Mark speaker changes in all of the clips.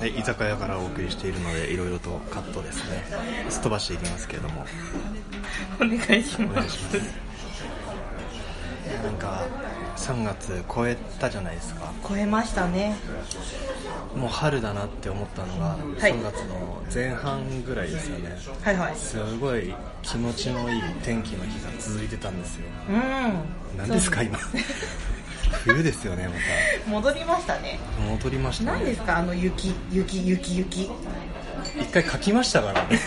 Speaker 1: で居酒屋からお送りしているのでいろいろとカットですねすっ飛ばしていきますけれども
Speaker 2: お願いし
Speaker 1: お
Speaker 2: ま
Speaker 1: 願い
Speaker 2: す
Speaker 1: しますなんか3月超えたじゃないですか
Speaker 2: 超えましたね
Speaker 1: もう春だなって思ったのが
Speaker 2: はい
Speaker 1: 3月の前半ぐらいですよね、
Speaker 2: はいはい
Speaker 1: すごい気持ちのいい天気の日が続いてたんですよ
Speaker 2: うん
Speaker 1: 何ですか今冬ですよねま
Speaker 2: 戻りましたね
Speaker 1: た戻りました
Speaker 2: 何で
Speaker 1: ね
Speaker 2: すかあの雪雪雪雪
Speaker 1: 一回書きましたからね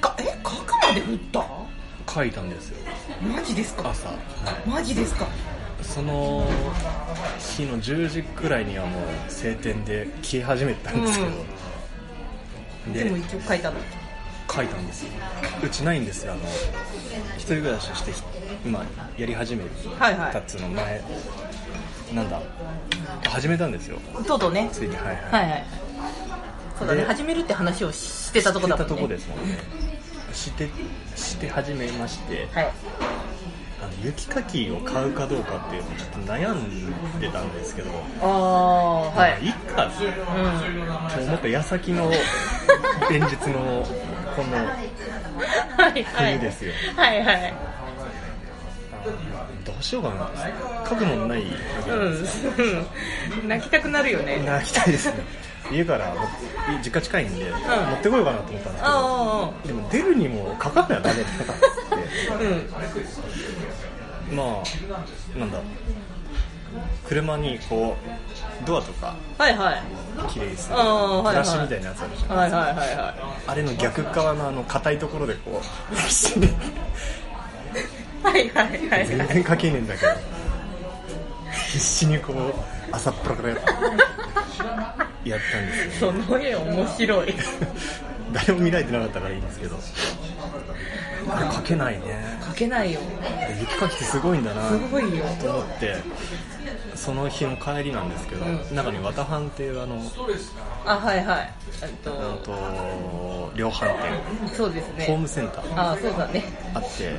Speaker 2: かえかくまで降った
Speaker 1: 書いたんですよ
Speaker 2: マジですか
Speaker 1: 朝、はい
Speaker 2: マジですか
Speaker 1: その日の10時くらいにはもう晴天で消え始めてたんですけど、
Speaker 2: でも一応書いたの
Speaker 1: 書いたんですようちないんですよあの一人暮らしをして今やり始め
Speaker 2: はいはい
Speaker 1: たっつうの前、なんだ始めたんですよ
Speaker 2: とうとうね
Speaker 1: ついにはいはい、
Speaker 2: はいはいそうだね
Speaker 1: で
Speaker 2: 始めるって話をしてたとこだも
Speaker 1: 知っ
Speaker 2: んね
Speaker 1: てたとこですもんねしてして始めまして、
Speaker 2: はい
Speaker 1: あの雪かきを買うかどうかっていうのをちょっと悩んでたんですけど、
Speaker 2: ああは
Speaker 1: まあい
Speaker 2: い
Speaker 1: っか
Speaker 2: うん
Speaker 1: と思った矢先 の連日のこの
Speaker 2: はいはい
Speaker 1: 冬ですよ
Speaker 2: はいはい
Speaker 1: どうしようかな書くもんないわけなんですよ
Speaker 2: うん泣きたくなるよね
Speaker 1: 泣きたいですね家からも実家近いんで、持ってこようかなと思ったんですけど
Speaker 2: あ
Speaker 1: でも出るにも書かなきゃダメだなって
Speaker 2: あうん
Speaker 1: まあなんだ車にこうドアとか
Speaker 2: はいはい
Speaker 1: 綺麗にするブ
Speaker 2: あーはいはい
Speaker 1: ラシみたいなやつあるじゃん、
Speaker 2: はいはいはいはい
Speaker 1: あれの逆側のあの硬いところでこ う必死に
Speaker 2: はいはいはい
Speaker 1: 全然書けねえんだけど必死にこう朝っぱらからややったんですよ
Speaker 2: その絵面白い
Speaker 1: 誰も見られてなかったからいいんですけどあれ書けないね
Speaker 2: 書けないよ
Speaker 1: 雪かきってすごいんだな
Speaker 2: すごいよ
Speaker 1: と思ってその日の帰りなんですけど、
Speaker 2: うん
Speaker 1: 中に「ワタハン」っていうあの
Speaker 2: あはいはいえっ
Speaker 1: あ
Speaker 2: と
Speaker 1: と量販
Speaker 2: そうです
Speaker 1: 店ホー
Speaker 2: ね
Speaker 1: ムセンター
Speaker 2: あそうだね
Speaker 1: あって、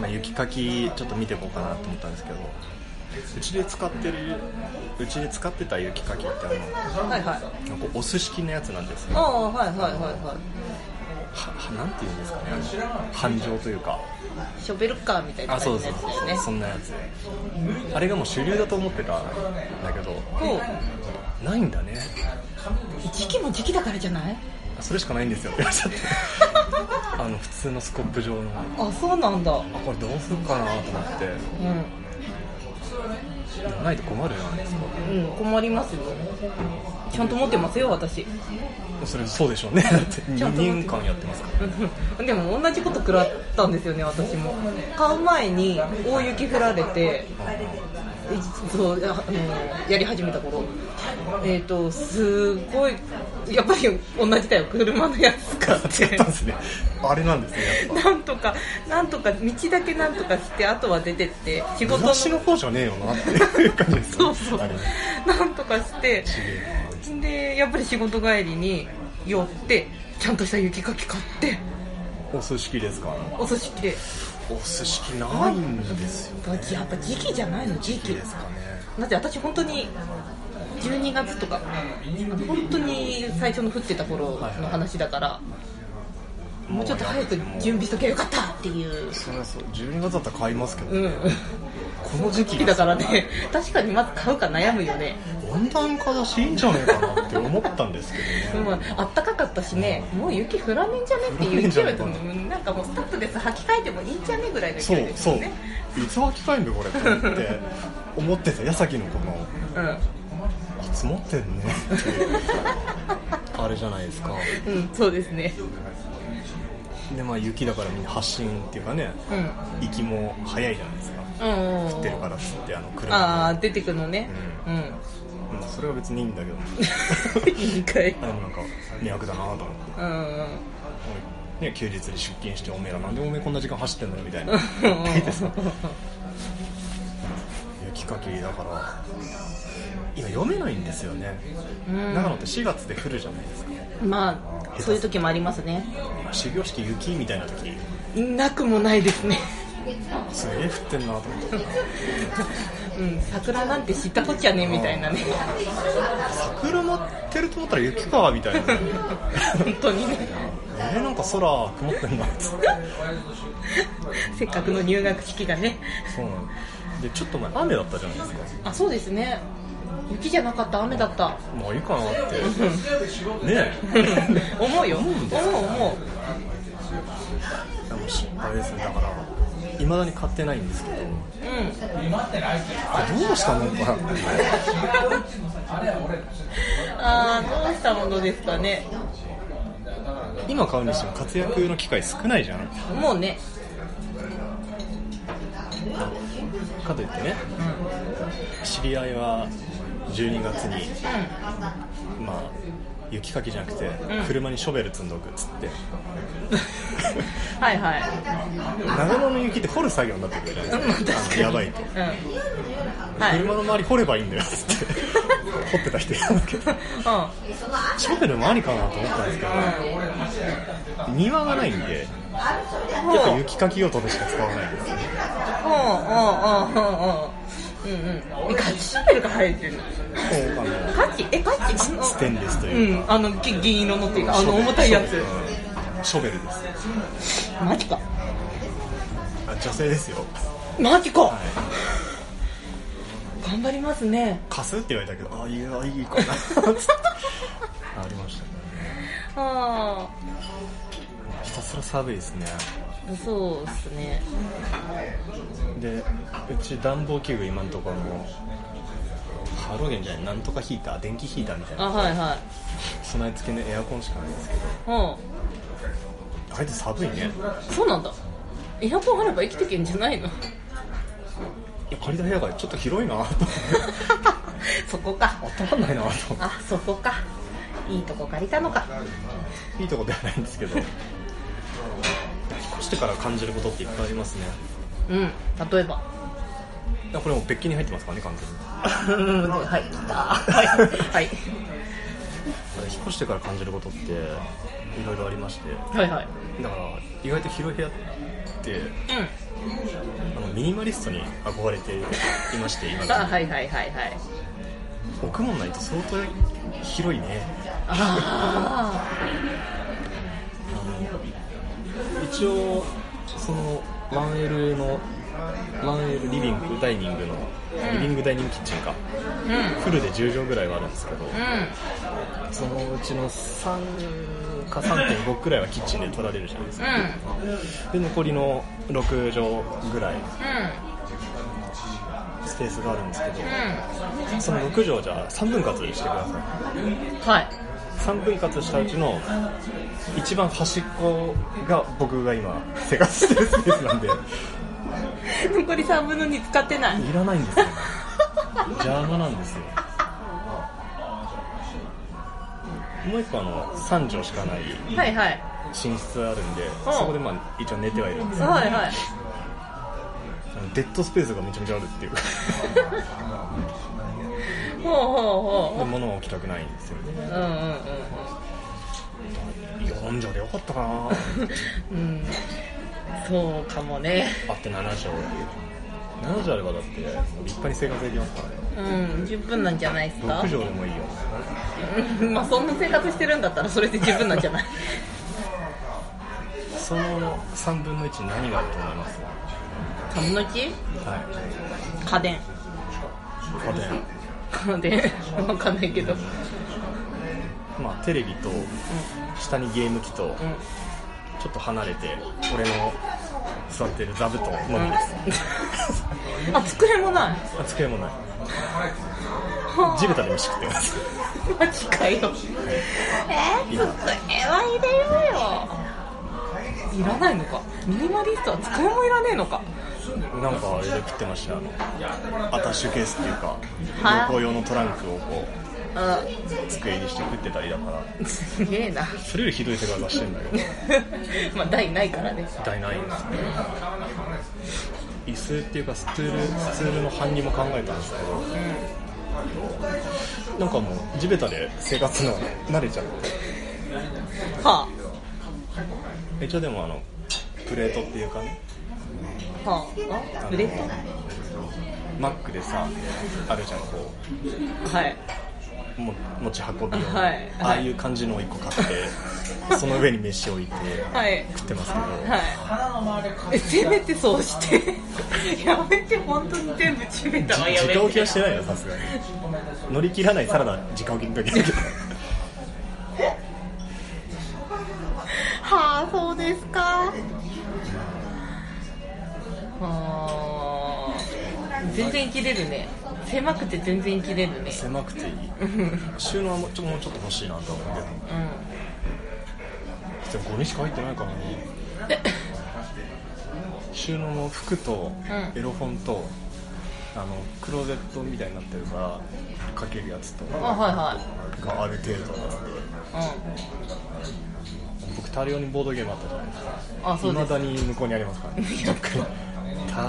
Speaker 1: まあ、雪かきちょっと見ていこうかなと思ったんですけどうちで使ってるうちで使ってた雪かきってあ
Speaker 2: は
Speaker 1: のな
Speaker 2: いはい
Speaker 1: んかお寿司式のやつなんですよ
Speaker 2: あ
Speaker 1: は
Speaker 2: あはいはいはいは
Speaker 1: はなんていうんですかねあの繁盛というか
Speaker 2: いショベルカーみたいな
Speaker 1: あそ
Speaker 2: 感
Speaker 1: う
Speaker 2: じの
Speaker 1: そう
Speaker 2: やつ
Speaker 1: そう
Speaker 2: だよね
Speaker 1: そんなやつあれがもう主流だと思ってたんだけど
Speaker 2: そう
Speaker 1: ないんだね
Speaker 2: 時期も時期だからじゃない
Speaker 1: あそれしかないんです よって言われちゃってあの普通のスコップ状のあ
Speaker 2: あそうなんだう
Speaker 1: これどうするかなと思って
Speaker 2: ん
Speaker 1: ないと困るじゃないですか
Speaker 2: うん困りますよちゃんと持ってますよ私
Speaker 1: それそうでしょうねだって
Speaker 2: ち
Speaker 1: 2
Speaker 2: ゃんと
Speaker 1: 年間やってますから
Speaker 2: うんでも同じこと食らったんですよね私も買う前に大雪降られてそうあのやり始めた頃えっ、とすごいやっぱり同じだよ車のやつ買っ
Speaker 1: 使ってたんですねあれなんですねやっ
Speaker 2: なんとかなんとか道だけなんとかしてあとは出てって仕
Speaker 1: ぱ
Speaker 2: 事の
Speaker 1: 昔の方じゃねえよなっていう感じです
Speaker 2: そうそう
Speaker 1: あれ
Speaker 2: なんとかして
Speaker 1: すげえな
Speaker 2: でやっぱり仕事帰りに寄ってちゃんとした雪かき買って
Speaker 1: お寿司器ですか
Speaker 2: お寿司切れ
Speaker 1: お寿司器ないんですよ
Speaker 2: やっぱ時期じゃないの時期
Speaker 1: ですかね
Speaker 2: だって私本当に12月とか本当に最初の降ってた頃の話だから、もうちょっと早く準備しときゃよかったっていう
Speaker 1: そりゃそう12月だったら買いますけど、
Speaker 2: う
Speaker 1: こ
Speaker 2: ん
Speaker 1: の時期
Speaker 2: だからね確かにまず買うか悩むよね、
Speaker 1: 温暖化だしいいんじゃねえかなって思ったんですけ
Speaker 2: う
Speaker 1: どね
Speaker 2: ん、あったかかったしねもう雪降らねえんじゃねっていう勢いでうんなんかもうスタッフです履き替えてもいいんじゃねぐらいの
Speaker 1: そ
Speaker 2: 勢いうです
Speaker 1: そう
Speaker 2: よ
Speaker 1: い
Speaker 2: ね
Speaker 1: つ履き替えんだこれと思って思ってた矢先のこのあ積もってんねっていう あれじゃないですか
Speaker 2: うん、うん、そうですね
Speaker 1: でまあ雪だからみんな発進っていうかね
Speaker 2: うん
Speaker 1: 行きも早いじゃないですか
Speaker 2: うんうん
Speaker 1: 降ってるからっつってあの車
Speaker 2: ああ
Speaker 1: が
Speaker 2: 出てくのねうん、
Speaker 1: うんそれは別にいいんだけど
Speaker 2: いいかい
Speaker 1: あでもなんか迷惑だなと思って、
Speaker 2: うん
Speaker 1: ね、休日に出勤しておめえらなんでおめえこんな時間走ってんのよみ たいな大体さ雪かきだから今読めないんですよね、
Speaker 2: うん
Speaker 1: 長野って4月で降るじゃないですか
Speaker 2: まあそういう時もありますね
Speaker 1: 始業式雪みたいな時
Speaker 2: なくもないですね
Speaker 1: すげえ降ってんなと思って
Speaker 2: うん、桜なんて知ったこっちゃねみたいなね、
Speaker 1: 桜舞ってると思ったら雪かみたいな
Speaker 2: 本当にね、
Speaker 1: えーなんか空曇ってんなっつって
Speaker 2: せっかくの入学式がね、
Speaker 1: そうなんででちょっと前雨だったじゃないですか
Speaker 2: あそうですね、雪じゃなかった、雨だった、
Speaker 1: まあいいかなってね
Speaker 2: 思うよ、思
Speaker 1: 思うんです
Speaker 2: う、思
Speaker 1: えでも失敗ですねだから未だに買ってないんですけど
Speaker 2: う、うん、
Speaker 1: どうしたもんかなって
Speaker 2: ああ、どうしたものですかね、
Speaker 1: 今買うにしても活躍の機会少ないじゃん
Speaker 2: もうね、
Speaker 1: かといってね、知り合いは12月に、まあ雪かきじゃなくて、
Speaker 2: ん
Speaker 1: 車にショベル積んどくっつって
Speaker 2: はいはい、
Speaker 1: 長野の雪って掘る作業になってくるじゃないですか,、
Speaker 2: 確
Speaker 1: あ
Speaker 2: かに
Speaker 1: のやばいと、
Speaker 2: うん、はい、
Speaker 1: 車の周り掘ればいいんだよっつって掘ってた人いたんですけどショベルもありかなと思ったんですけど、庭がないんで
Speaker 2: うん、
Speaker 1: やっぱ雪かき用途でしか使わないんですよ
Speaker 2: うんうんうんうんうんうんうんガチシャベルが生えてる
Speaker 1: そうあの
Speaker 2: ガチえガチあの
Speaker 1: ステンレスと
Speaker 2: う
Speaker 1: いうん
Speaker 2: あのき銀色のっていうかあ
Speaker 1: ショ
Speaker 2: の
Speaker 1: ベル
Speaker 2: 重たいやつ
Speaker 1: うんショベルです
Speaker 2: マジか
Speaker 1: あ女性ですよ
Speaker 2: マジか、
Speaker 1: はい
Speaker 2: 頑張りますね
Speaker 1: 貸すって言われたけどあいやいいかなつってありましたね
Speaker 2: あ
Speaker 1: ひたすら寒いですね
Speaker 2: あそうっすね
Speaker 1: でうち暖房器具今んところもハロゲンじゃないなんとかヒーター電気ヒーターみたい
Speaker 2: あ
Speaker 1: な
Speaker 2: はいはい
Speaker 1: 備え付けのエアコンしかないんですけど
Speaker 2: う
Speaker 1: あれって寒いね
Speaker 2: んそうなんだエアコンあれば生きてけんじゃないの
Speaker 1: いや借りた部屋がちょっと広いなと思 って
Speaker 2: そこか
Speaker 1: 温まんないなと思っ
Speaker 2: あそこかいいとこ借りたのか
Speaker 1: ていいとこではないんですけど引っ越してから感じることっていっぱいありますね
Speaker 2: うん例えば
Speaker 1: いやこれもう別件に入ってますからね完全に
Speaker 2: はい来たはいはい
Speaker 1: 引っ越してから感じることっていろいろありまして
Speaker 2: はいはい
Speaker 1: だから意外と広い部屋って
Speaker 2: うん
Speaker 1: あのミニマリストに憧れていまして今
Speaker 2: あはいはいはいはい
Speaker 1: 置くもんないと相当広いね
Speaker 2: あ
Speaker 1: あの一応その 1L の 1L リビングダイニングのリビングダイニングキッチンか
Speaker 2: あうんうん
Speaker 1: フルで10畳ぐらいはあるんですけどそのうちの3か3.5くらいはキッチンで取られるじゃないですかで残りの6畳ぐらいスペースがあるんですけど
Speaker 2: う
Speaker 1: その6畳をじゃあ3分割にしてくださ
Speaker 2: んうんはい
Speaker 1: い3分割したうちの一番端っこが僕が今生活してるスペースなんでい
Speaker 2: 残り3分の2使ってない
Speaker 1: らないんですよ邪魔なんですよもう一個あの3畳しかない
Speaker 2: はいはい
Speaker 1: 寝室あるんでそこでまあ一応寝てはいるんです
Speaker 2: はいはい
Speaker 1: あのデッドスペースがめちゃめちゃあるっていうか
Speaker 2: ほうほうほ
Speaker 1: 物は置きたくないんですよ
Speaker 2: う
Speaker 1: ね
Speaker 2: うんうん
Speaker 1: 4畳でよかったかな
Speaker 2: うんうんそうかもね
Speaker 1: あって7畳7畳あればだってもう立派に生活できますからね
Speaker 2: うん十分なんじゃないです
Speaker 1: 6
Speaker 2: か
Speaker 1: 畳でもいいよ
Speaker 2: うん まあそんな生活してるんだったらそれで十分なんじゃない
Speaker 1: その3分の1何があると思います
Speaker 2: 3の1
Speaker 1: はい家
Speaker 2: 家電
Speaker 1: 電
Speaker 2: 家電わかんないけどうん
Speaker 1: まあテレビと下にゲーム機と
Speaker 2: うん
Speaker 1: ちょっと離れて俺の座ってる座布団のみです
Speaker 2: あ机もない
Speaker 1: あ机もない地べたで飯食ってます
Speaker 2: マジかよ。えー、机はいるよ。いらないのか。ミニマリストは机もいらねえのか。
Speaker 1: なんかあれで食ってましたよあのアタッシュケースっていうか
Speaker 2: はい
Speaker 1: 旅行用のトランクをこ
Speaker 2: あ、
Speaker 1: う机にして食ってたりだから
Speaker 2: すげえな。
Speaker 1: それよりひどい世界はしてんだけど
Speaker 2: まあ台ないからね。
Speaker 1: 絶対ないんですね椅子っていうかスツールスツールの搬入も考えたんですけどなんかもう地べたで生活の慣れちゃって
Speaker 2: は
Speaker 1: 一応でもあのプレートっていうかね
Speaker 2: あ、はあ、あ、
Speaker 1: あの
Speaker 2: プレート。
Speaker 1: マックでさあるじゃんこ
Speaker 2: はい、
Speaker 1: うも持ち運び用の、
Speaker 2: はいはい
Speaker 1: ああいう感じのを1個買ってその上に飯置いて
Speaker 2: はい、
Speaker 1: 食ってますけど、
Speaker 2: はい。えせめてそうして。 やめて、本当に全部ちめたわ、やめて。
Speaker 1: 直置きはしてないよさすがに乗り切らないサラダ直置きの時だけど
Speaker 2: はあ、そうですか。はあ。全然生きれるね。狭くて全然生きれるね。
Speaker 1: 狭くていい
Speaker 2: うん。
Speaker 1: 収納はもうちょもうちょっと欲しいなと思うけどでもこれにしか入ってないからね収納の服と
Speaker 2: うん
Speaker 1: エロ本と、あのクローゼットみたいになってるからかけるやつと
Speaker 2: あ、
Speaker 1: か
Speaker 2: は
Speaker 1: がある程度なんで
Speaker 2: いはい。
Speaker 1: 僕大量にボードゲームあったじゃないですか
Speaker 2: うん。あ、そう
Speaker 1: いま
Speaker 2: です
Speaker 1: だ。に向こうにあります からねどっかに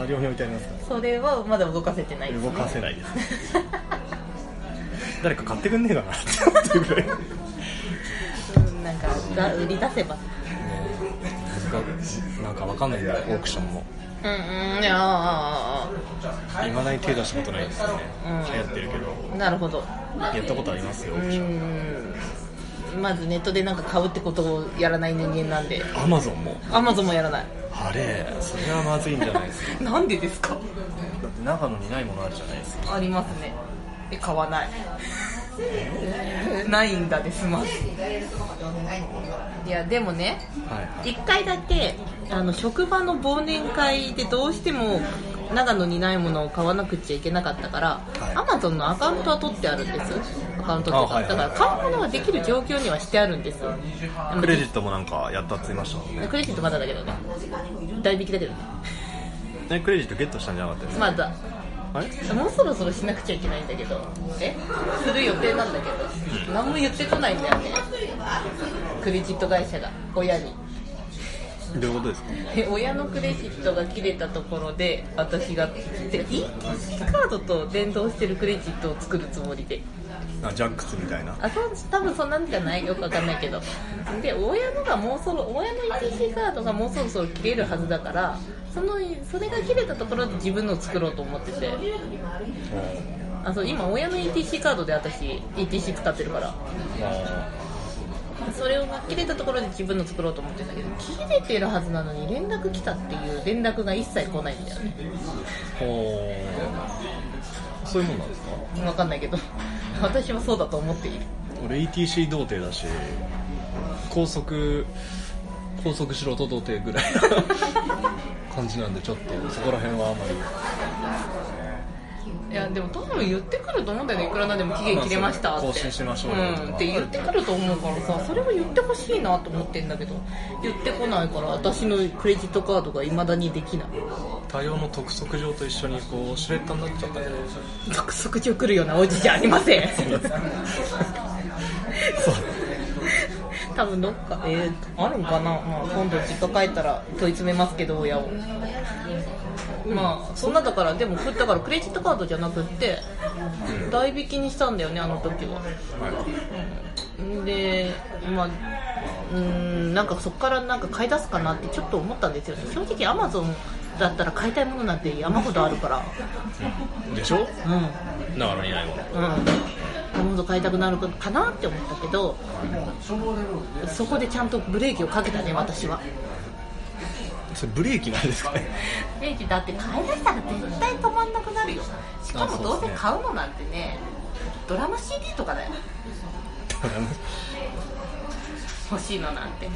Speaker 1: 大量に置いてありますか
Speaker 2: それはまだ動かせてない
Speaker 1: ら
Speaker 2: です、
Speaker 1: 動
Speaker 2: ね。
Speaker 1: かせない ですね誰か買ってくんねえかなって思ってるぐらい
Speaker 2: うん、なんか、だ売り出せば。
Speaker 1: なんかわかんないんだよオークションも
Speaker 2: うん、うん、いやあ
Speaker 1: いまだに手出したことないですよね、
Speaker 2: うん
Speaker 1: 流行ってるけど
Speaker 2: あ、なるほど。
Speaker 1: やったことありますよオークション
Speaker 2: うんまずネットでなんか買うってことをやらない人間なんで
Speaker 1: アマゾンも
Speaker 2: アマゾンもやらない
Speaker 1: あれそれはまずいんじゃないですか
Speaker 2: なんでですか
Speaker 1: だって長野にないものあるじゃないですか
Speaker 2: ありますねえ買わない ないんだで済ますいやでもね
Speaker 1: はいはい
Speaker 2: 1回だけあの職場の忘年会でどうしても長野にないものを買わなくちゃいけなかったから、
Speaker 1: はい
Speaker 2: Amazon のアカウントは取ってあるんですアカウントっていう
Speaker 1: あ
Speaker 2: か、
Speaker 1: はいはい
Speaker 2: だから買うものはできる状況にはしてあるんです
Speaker 1: クレジットもなんかやったって言いましたもんね
Speaker 2: クレジットまだだけどね代引きだけどね
Speaker 1: えクレジットゲットしたんじゃなかったですか
Speaker 2: まだ
Speaker 1: あれ
Speaker 2: もうそろそろしなくちゃいけないんだけどえする予定なんだけど何も言ってこないんだよねクレジット会社が親に
Speaker 1: どういうことですか
Speaker 2: で親のクレジットが切れたところで私がてか e カードと連動してるクレジットを作るつもりで
Speaker 1: あジャックスみたいな
Speaker 2: あそう多分そんなんじゃないよくわかんないけどで親のがもうそろ親の ETC カードがもうそろそろ切れるはずだからそのそれが切れたところで自分のを作ろうと思っててあそう今親の ETC カードで私 ETC 使ってるからそれを切れたところで自分の作ろうと思ってたけど切れてるはずなのに連絡来たっていう連絡が一切来ないんだよね
Speaker 1: ほうそういうもんなんですか
Speaker 2: わかんないけど 私はそうだと思っている
Speaker 1: 俺 ETC 童貞だし高速高速素人童貞ぐらいな 感じなんでちょっとそこら辺はあんまり
Speaker 2: いやでも多分言ってくると思うんだよねいくらなんでも期限切れましたって
Speaker 1: 更新しましょうよ
Speaker 2: ん、って言ってくると思うからさそれは言ってほしいなと思ってんだけど言ってこないから私のクレジットカードがいまだにできない
Speaker 1: 多様の督促状と一緒にこうシュレッダになっちゃったけど
Speaker 2: 続々と来るようなおじじゃありません
Speaker 1: そう
Speaker 2: 多分どっかえー、あるんかな、まあ、今度実家帰ったら問い詰めますけど親をまあそんなだからでもだからクレジットカードじゃなくって代引きにしたんだよねあの時はうんでまあうーんなんかそこからなんか買い出すかなってちょっと思ったんですよね正直アマゾンだったら買いたいものなんて山ほどあるから
Speaker 1: でしょ
Speaker 2: うん
Speaker 1: 長野にないもの
Speaker 2: うん、もっと買いたくなるかなって思ったけど、そこでちゃんとブレーキをかけたね、私は。
Speaker 1: それブレーキなんですかね
Speaker 2: ブレーキだって買い出したら絶対止まんなくなるよ。しか
Speaker 1: あそうです
Speaker 2: も
Speaker 1: ね
Speaker 2: どうせ買うのなんてね、ドラマ CD とかだよ、欲しいのなんて。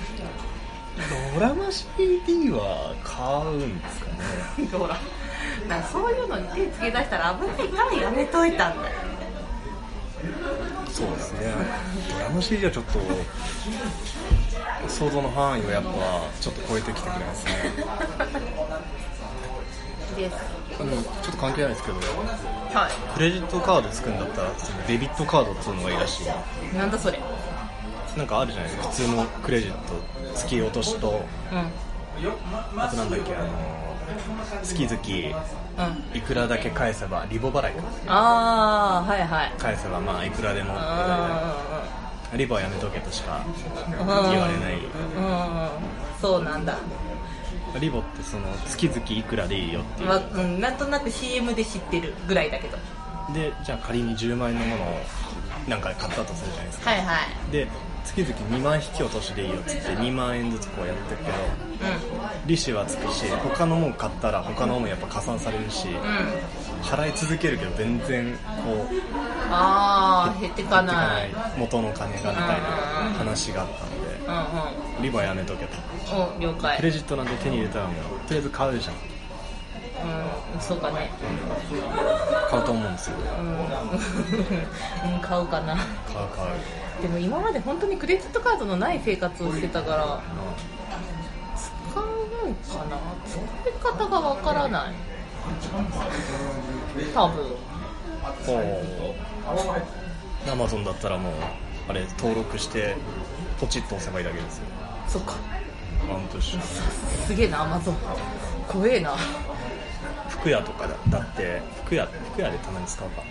Speaker 1: ドラマ CD は買うんですかね
Speaker 2: ドラなんかそういうのに手つけ出したら危ないからやめといたんだよ。
Speaker 1: そうですねドラマ CD はちょっと想像の範囲をやっぱちょっと超えてきてくれますね
Speaker 2: です。
Speaker 1: あのちょっと関係ないですけど
Speaker 2: は。
Speaker 1: クレジットカード作るんだったらデビットカードっつうのがいいらしいない
Speaker 2: なんだそれ。
Speaker 1: なんかあるじゃないですか普通のクレジット月落としと
Speaker 2: うん。うん。
Speaker 1: あとなんだっけあの月々いくらだけ返せばリボ払いか
Speaker 2: ああ、はいはい。
Speaker 1: 返せばまあいくらでも
Speaker 2: う
Speaker 1: リボはやめとけとしか
Speaker 2: ん
Speaker 1: 言われない
Speaker 2: うんうんうんうんそうなんだ
Speaker 1: リボってその月々いくらでいいよっていう
Speaker 2: まあうん、なんとなく CM で知ってるぐらいだけど
Speaker 1: でじゃあ仮に10万円のものをなんか買ったとするじゃないですか
Speaker 2: はいはい
Speaker 1: で月々2万引き落としでいいよっつって2万円ずつこうやってるけど利子はつくし他のもん買ったら他のもんやっぱ加算されるし
Speaker 2: うんうん
Speaker 1: 払い続けるけど全然こう
Speaker 2: ああ減ってかな
Speaker 1: 減っ
Speaker 2: い
Speaker 1: てかない元の金がみたいな話があったのでリボはやめとけと
Speaker 2: うんうんお了解
Speaker 1: クレジットなんて手に入れたらもうとりあえず買うじゃん
Speaker 2: うんそうか ね
Speaker 1: 買うと思うんですよ
Speaker 2: うんうん買うかな
Speaker 1: 買う買う
Speaker 2: でも今まで本当にクレジットカードのない生活をしてたから使うんかな使い方がわからない多分
Speaker 1: アマゾンだったらもうあれ登録してポチッと押せばいいだけですよ
Speaker 2: そっか
Speaker 1: ワンプッシュ
Speaker 2: すげえなアマゾン怖えな
Speaker 1: 服屋とかだだって服屋服屋でたまに使うか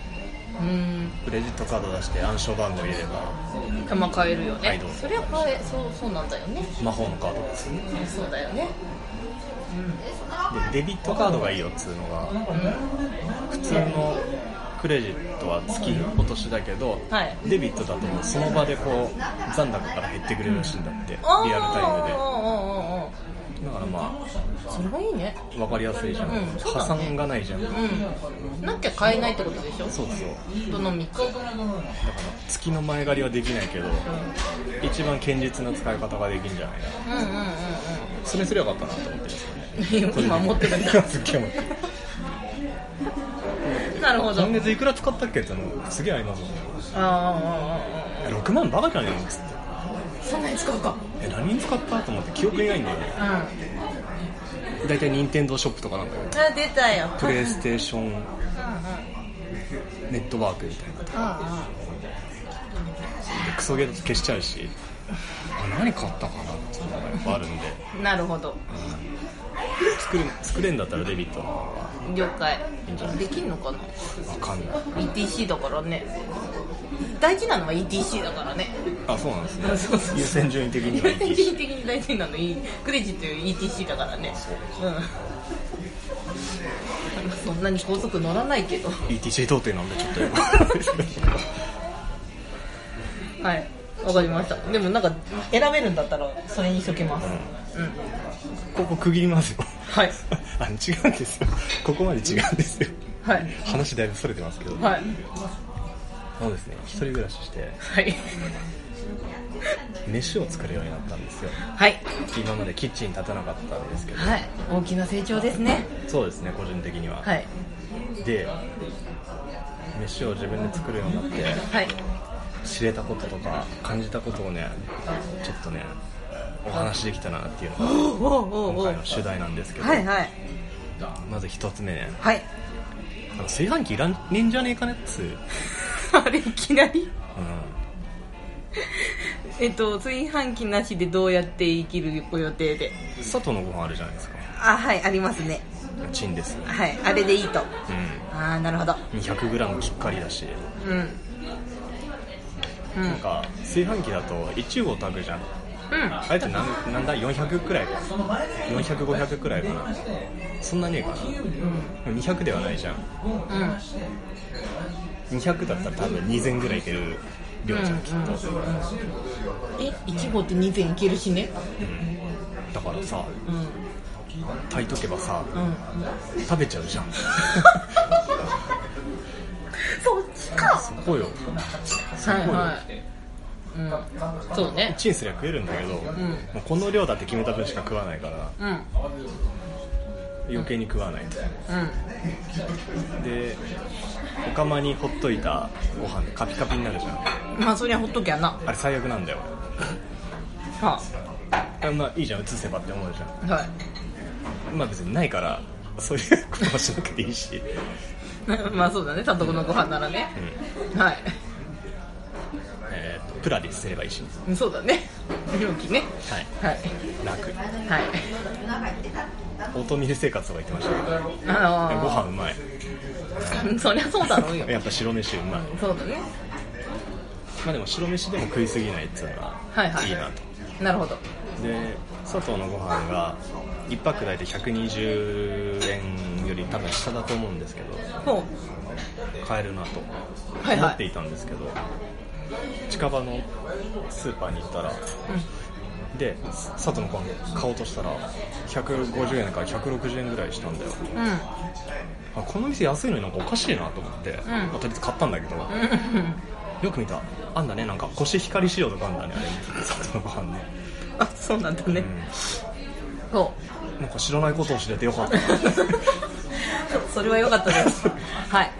Speaker 2: うん
Speaker 1: クレジットカード出して暗証番号入れれば
Speaker 2: まあ買えるよね、
Speaker 1: はいどうぞ
Speaker 2: そりゃ買えそうそうなんだよね
Speaker 1: 魔法のカードですよね
Speaker 2: そうだよね
Speaker 1: でデビットカードがいいよっつうのが普通のクレジットは月落としだけど、
Speaker 2: はい
Speaker 1: デビットだともうその場でこう残高から減ってくれるらしいんだってリアルタイム
Speaker 2: あ
Speaker 1: でだからま
Speaker 2: あそれはいいね
Speaker 1: あ分かりやすいじゃん、
Speaker 2: うんそう
Speaker 1: 破
Speaker 2: だね
Speaker 1: 産がないじゃん
Speaker 2: うんなきゃ買えないってことでしょ
Speaker 1: そうそう
Speaker 2: どのみち
Speaker 1: だから月の前借りはできないけど、一番堅実な使い方ができんじゃないか
Speaker 2: うんうんうん
Speaker 1: それすりゃよかったなと思ってるんですよね
Speaker 2: うん今持ってるんだ
Speaker 1: すっげえ持ってる
Speaker 2: なるほど
Speaker 1: 今月いくら使ったっけってのすげえありますもん
Speaker 2: ああ
Speaker 1: 6万バカじゃねえのっつって
Speaker 2: そんなに使うか
Speaker 1: え何に使ったと思って記憶にないんだよね
Speaker 2: うんあ
Speaker 1: 大体任天堂ショップとかなんだけど
Speaker 2: 出たよ
Speaker 1: プレイステーション
Speaker 2: うんうん
Speaker 1: ネットワークみたいなで
Speaker 2: うん
Speaker 1: クソゲーだと消しちゃうしあ何買ったかなっていうのがやっぱあるんで
Speaker 2: うんなるほど
Speaker 1: 作る作れんだったらデビットの方が
Speaker 2: 了解
Speaker 1: いいんじゃない
Speaker 2: できんのかな
Speaker 1: 分かんない
Speaker 2: ETC だからね大事なのは ETC だからね
Speaker 1: あそうなん
Speaker 2: そう
Speaker 1: です
Speaker 2: そう
Speaker 1: ね
Speaker 2: そう
Speaker 1: 優先順位的 には
Speaker 2: 優
Speaker 1: い
Speaker 2: 先
Speaker 1: いし
Speaker 2: 的に大事なのいいクレジットより ETC だからねうんそんなに高速乗らないけど
Speaker 1: ETC 童貞なんでちょっとよくわかんないですけど
Speaker 2: はいわかりましたでもなんか選べるんだったらそれにしときますうん、
Speaker 1: ここ区切りますよ
Speaker 2: はい
Speaker 1: あの違うんですよここまで違うんですよ
Speaker 2: はい
Speaker 1: 話だいぶそれてますけど
Speaker 2: はい
Speaker 1: そうですね一人暮らしして
Speaker 2: はい
Speaker 1: 飯を作るようになったんですよ
Speaker 2: はい、
Speaker 1: 今までキッチン立たなかったんですけど
Speaker 2: はい、大きな成長ですね
Speaker 1: そうですね個人的には、
Speaker 2: はい
Speaker 1: で飯を自分で作るようになって
Speaker 2: はい
Speaker 1: 知れたこととか感じたことをねちょっとねお話できたなっていうのが
Speaker 2: おうおうおうお
Speaker 1: 今回
Speaker 2: う
Speaker 1: の主題なんですけど、
Speaker 2: はいはい
Speaker 1: まず一つ目ね
Speaker 2: はい
Speaker 1: あの炊飯器いらんねんじゃねえかねっつう、うん、
Speaker 2: あれいきなりえっと炊飯器なしでどうやって生きるご予定で
Speaker 1: 外のご飯あるじゃないですか
Speaker 2: あはいありますね
Speaker 1: チンですよね
Speaker 2: はいあれでいいと
Speaker 1: う
Speaker 2: ああなるほど
Speaker 1: ん 200g きっかりだし、
Speaker 2: うんうん
Speaker 1: なんか炊飯器だと1合炊くじゃん
Speaker 2: うん
Speaker 1: あれってなんなんだ400くらいか400500くらいかなそんなねえかな200ではないじゃん
Speaker 2: うん
Speaker 1: 200だったら多分2000ぐらいいける量じゃんきっと、
Speaker 2: え1合って2膳いけるしね
Speaker 1: だからさ
Speaker 2: うんうん
Speaker 1: 炊いとけばさ食べちゃうじゃん
Speaker 2: そっちか
Speaker 1: そこよ
Speaker 2: はいはいうんそうね
Speaker 1: チンすりゃ食えるんだけど、もうこの量だって決めた分しか食わないから
Speaker 2: うんうん
Speaker 1: 余計に食わないでお釜にほっといたご飯カピカピになるじゃん
Speaker 2: まあそりゃほっときゃな
Speaker 1: あれ最悪なんだよ
Speaker 2: は
Speaker 1: あまあいいじゃん移せばって思うじゃ
Speaker 2: あはい
Speaker 1: んまあ別にないからそういうことはしなくていい し
Speaker 2: まあそうだね単独のご飯ならね、はい
Speaker 1: えーとプラで捨てればいいし
Speaker 2: うんそうだね容器ね
Speaker 1: はい
Speaker 2: はい
Speaker 1: 楽
Speaker 2: はい
Speaker 1: オートミール生活とか言ってましたけど
Speaker 2: あ
Speaker 1: ご
Speaker 2: の
Speaker 1: 飯うまい
Speaker 2: ーうんそりゃそうだろ うよ
Speaker 1: やっぱ白飯うまい
Speaker 2: そうだね
Speaker 1: まあでも白飯でも食いすぎないっつうのが
Speaker 2: はいはい
Speaker 1: いいなと、
Speaker 2: なるほど
Speaker 1: で佐藤のご飯が1泊大体120円より多分下だと思うんですけど
Speaker 2: ほ
Speaker 1: 買えるなと
Speaker 2: いはい
Speaker 1: 思っていたんですけど、近場のスーパーに行ったら
Speaker 2: う、う
Speaker 1: で佐藤の缶買おうとしたら150円から160円ぐらいしたんだよ
Speaker 2: ん、うん、
Speaker 1: あこの店安いのになんかおかしいなと思って、
Speaker 2: ん
Speaker 1: まあとりあえず買ったんだけど、
Speaker 2: うん
Speaker 1: よく見たあんだねなんかコシヒカリ仕様とかあんだねあれ佐藤のご飯ね、
Speaker 2: あそうなんだ
Speaker 1: う
Speaker 2: ね、
Speaker 1: ん
Speaker 2: そ
Speaker 1: なんか知らないことを知れてよかった
Speaker 2: うそれは良かった ですはい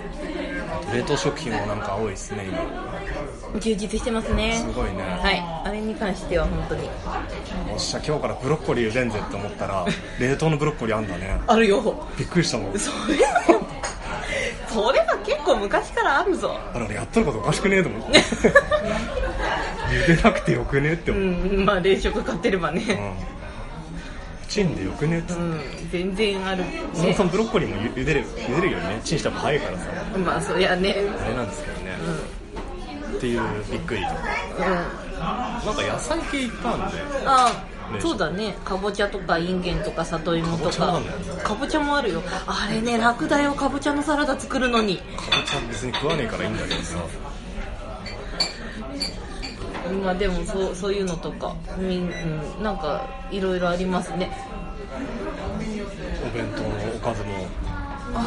Speaker 1: 冷凍食品もなんか多いですね今
Speaker 2: 充実してますね
Speaker 1: すごいね
Speaker 2: はいあれに関しては本当に
Speaker 1: おっしゃ今日からブロッコリー茹でんぜって思ったら冷凍のブロッコリーあんだね
Speaker 2: あるよ
Speaker 1: びっくりしたもん
Speaker 2: それはそれは結構昔からあるぞ
Speaker 1: あれ俺やっとることおかしくねえと 思って茹でなくてよくねえって
Speaker 2: う
Speaker 1: 思う、
Speaker 2: んまあ冷食買ってれば
Speaker 1: う
Speaker 2: ね
Speaker 1: ん、チンでよくねえって、
Speaker 2: うん全然ある
Speaker 1: そも
Speaker 2: ね
Speaker 1: そもブロッコリーもゆ茹でる茹でるよりねチンした方が早いからさ
Speaker 2: まあそりゃね
Speaker 1: あれなんですけどね、っていうびっくりとか
Speaker 2: うん
Speaker 1: なんか野菜系いっぱいあるんで
Speaker 2: あ
Speaker 1: ね
Speaker 2: そうだねかぼちゃとかいんげんとか里芋と
Speaker 1: かぼちゃもあ
Speaker 2: か
Speaker 1: るんだよ
Speaker 2: かぼちゃもあるよあれね落第をかぼちゃのサラダ作るのに
Speaker 1: かぼちゃ別に食わねえからいいんだけどさ
Speaker 2: まあでもそうそういうのとかみん、うん、なんかいろいろありますね
Speaker 1: お弁当のおかずも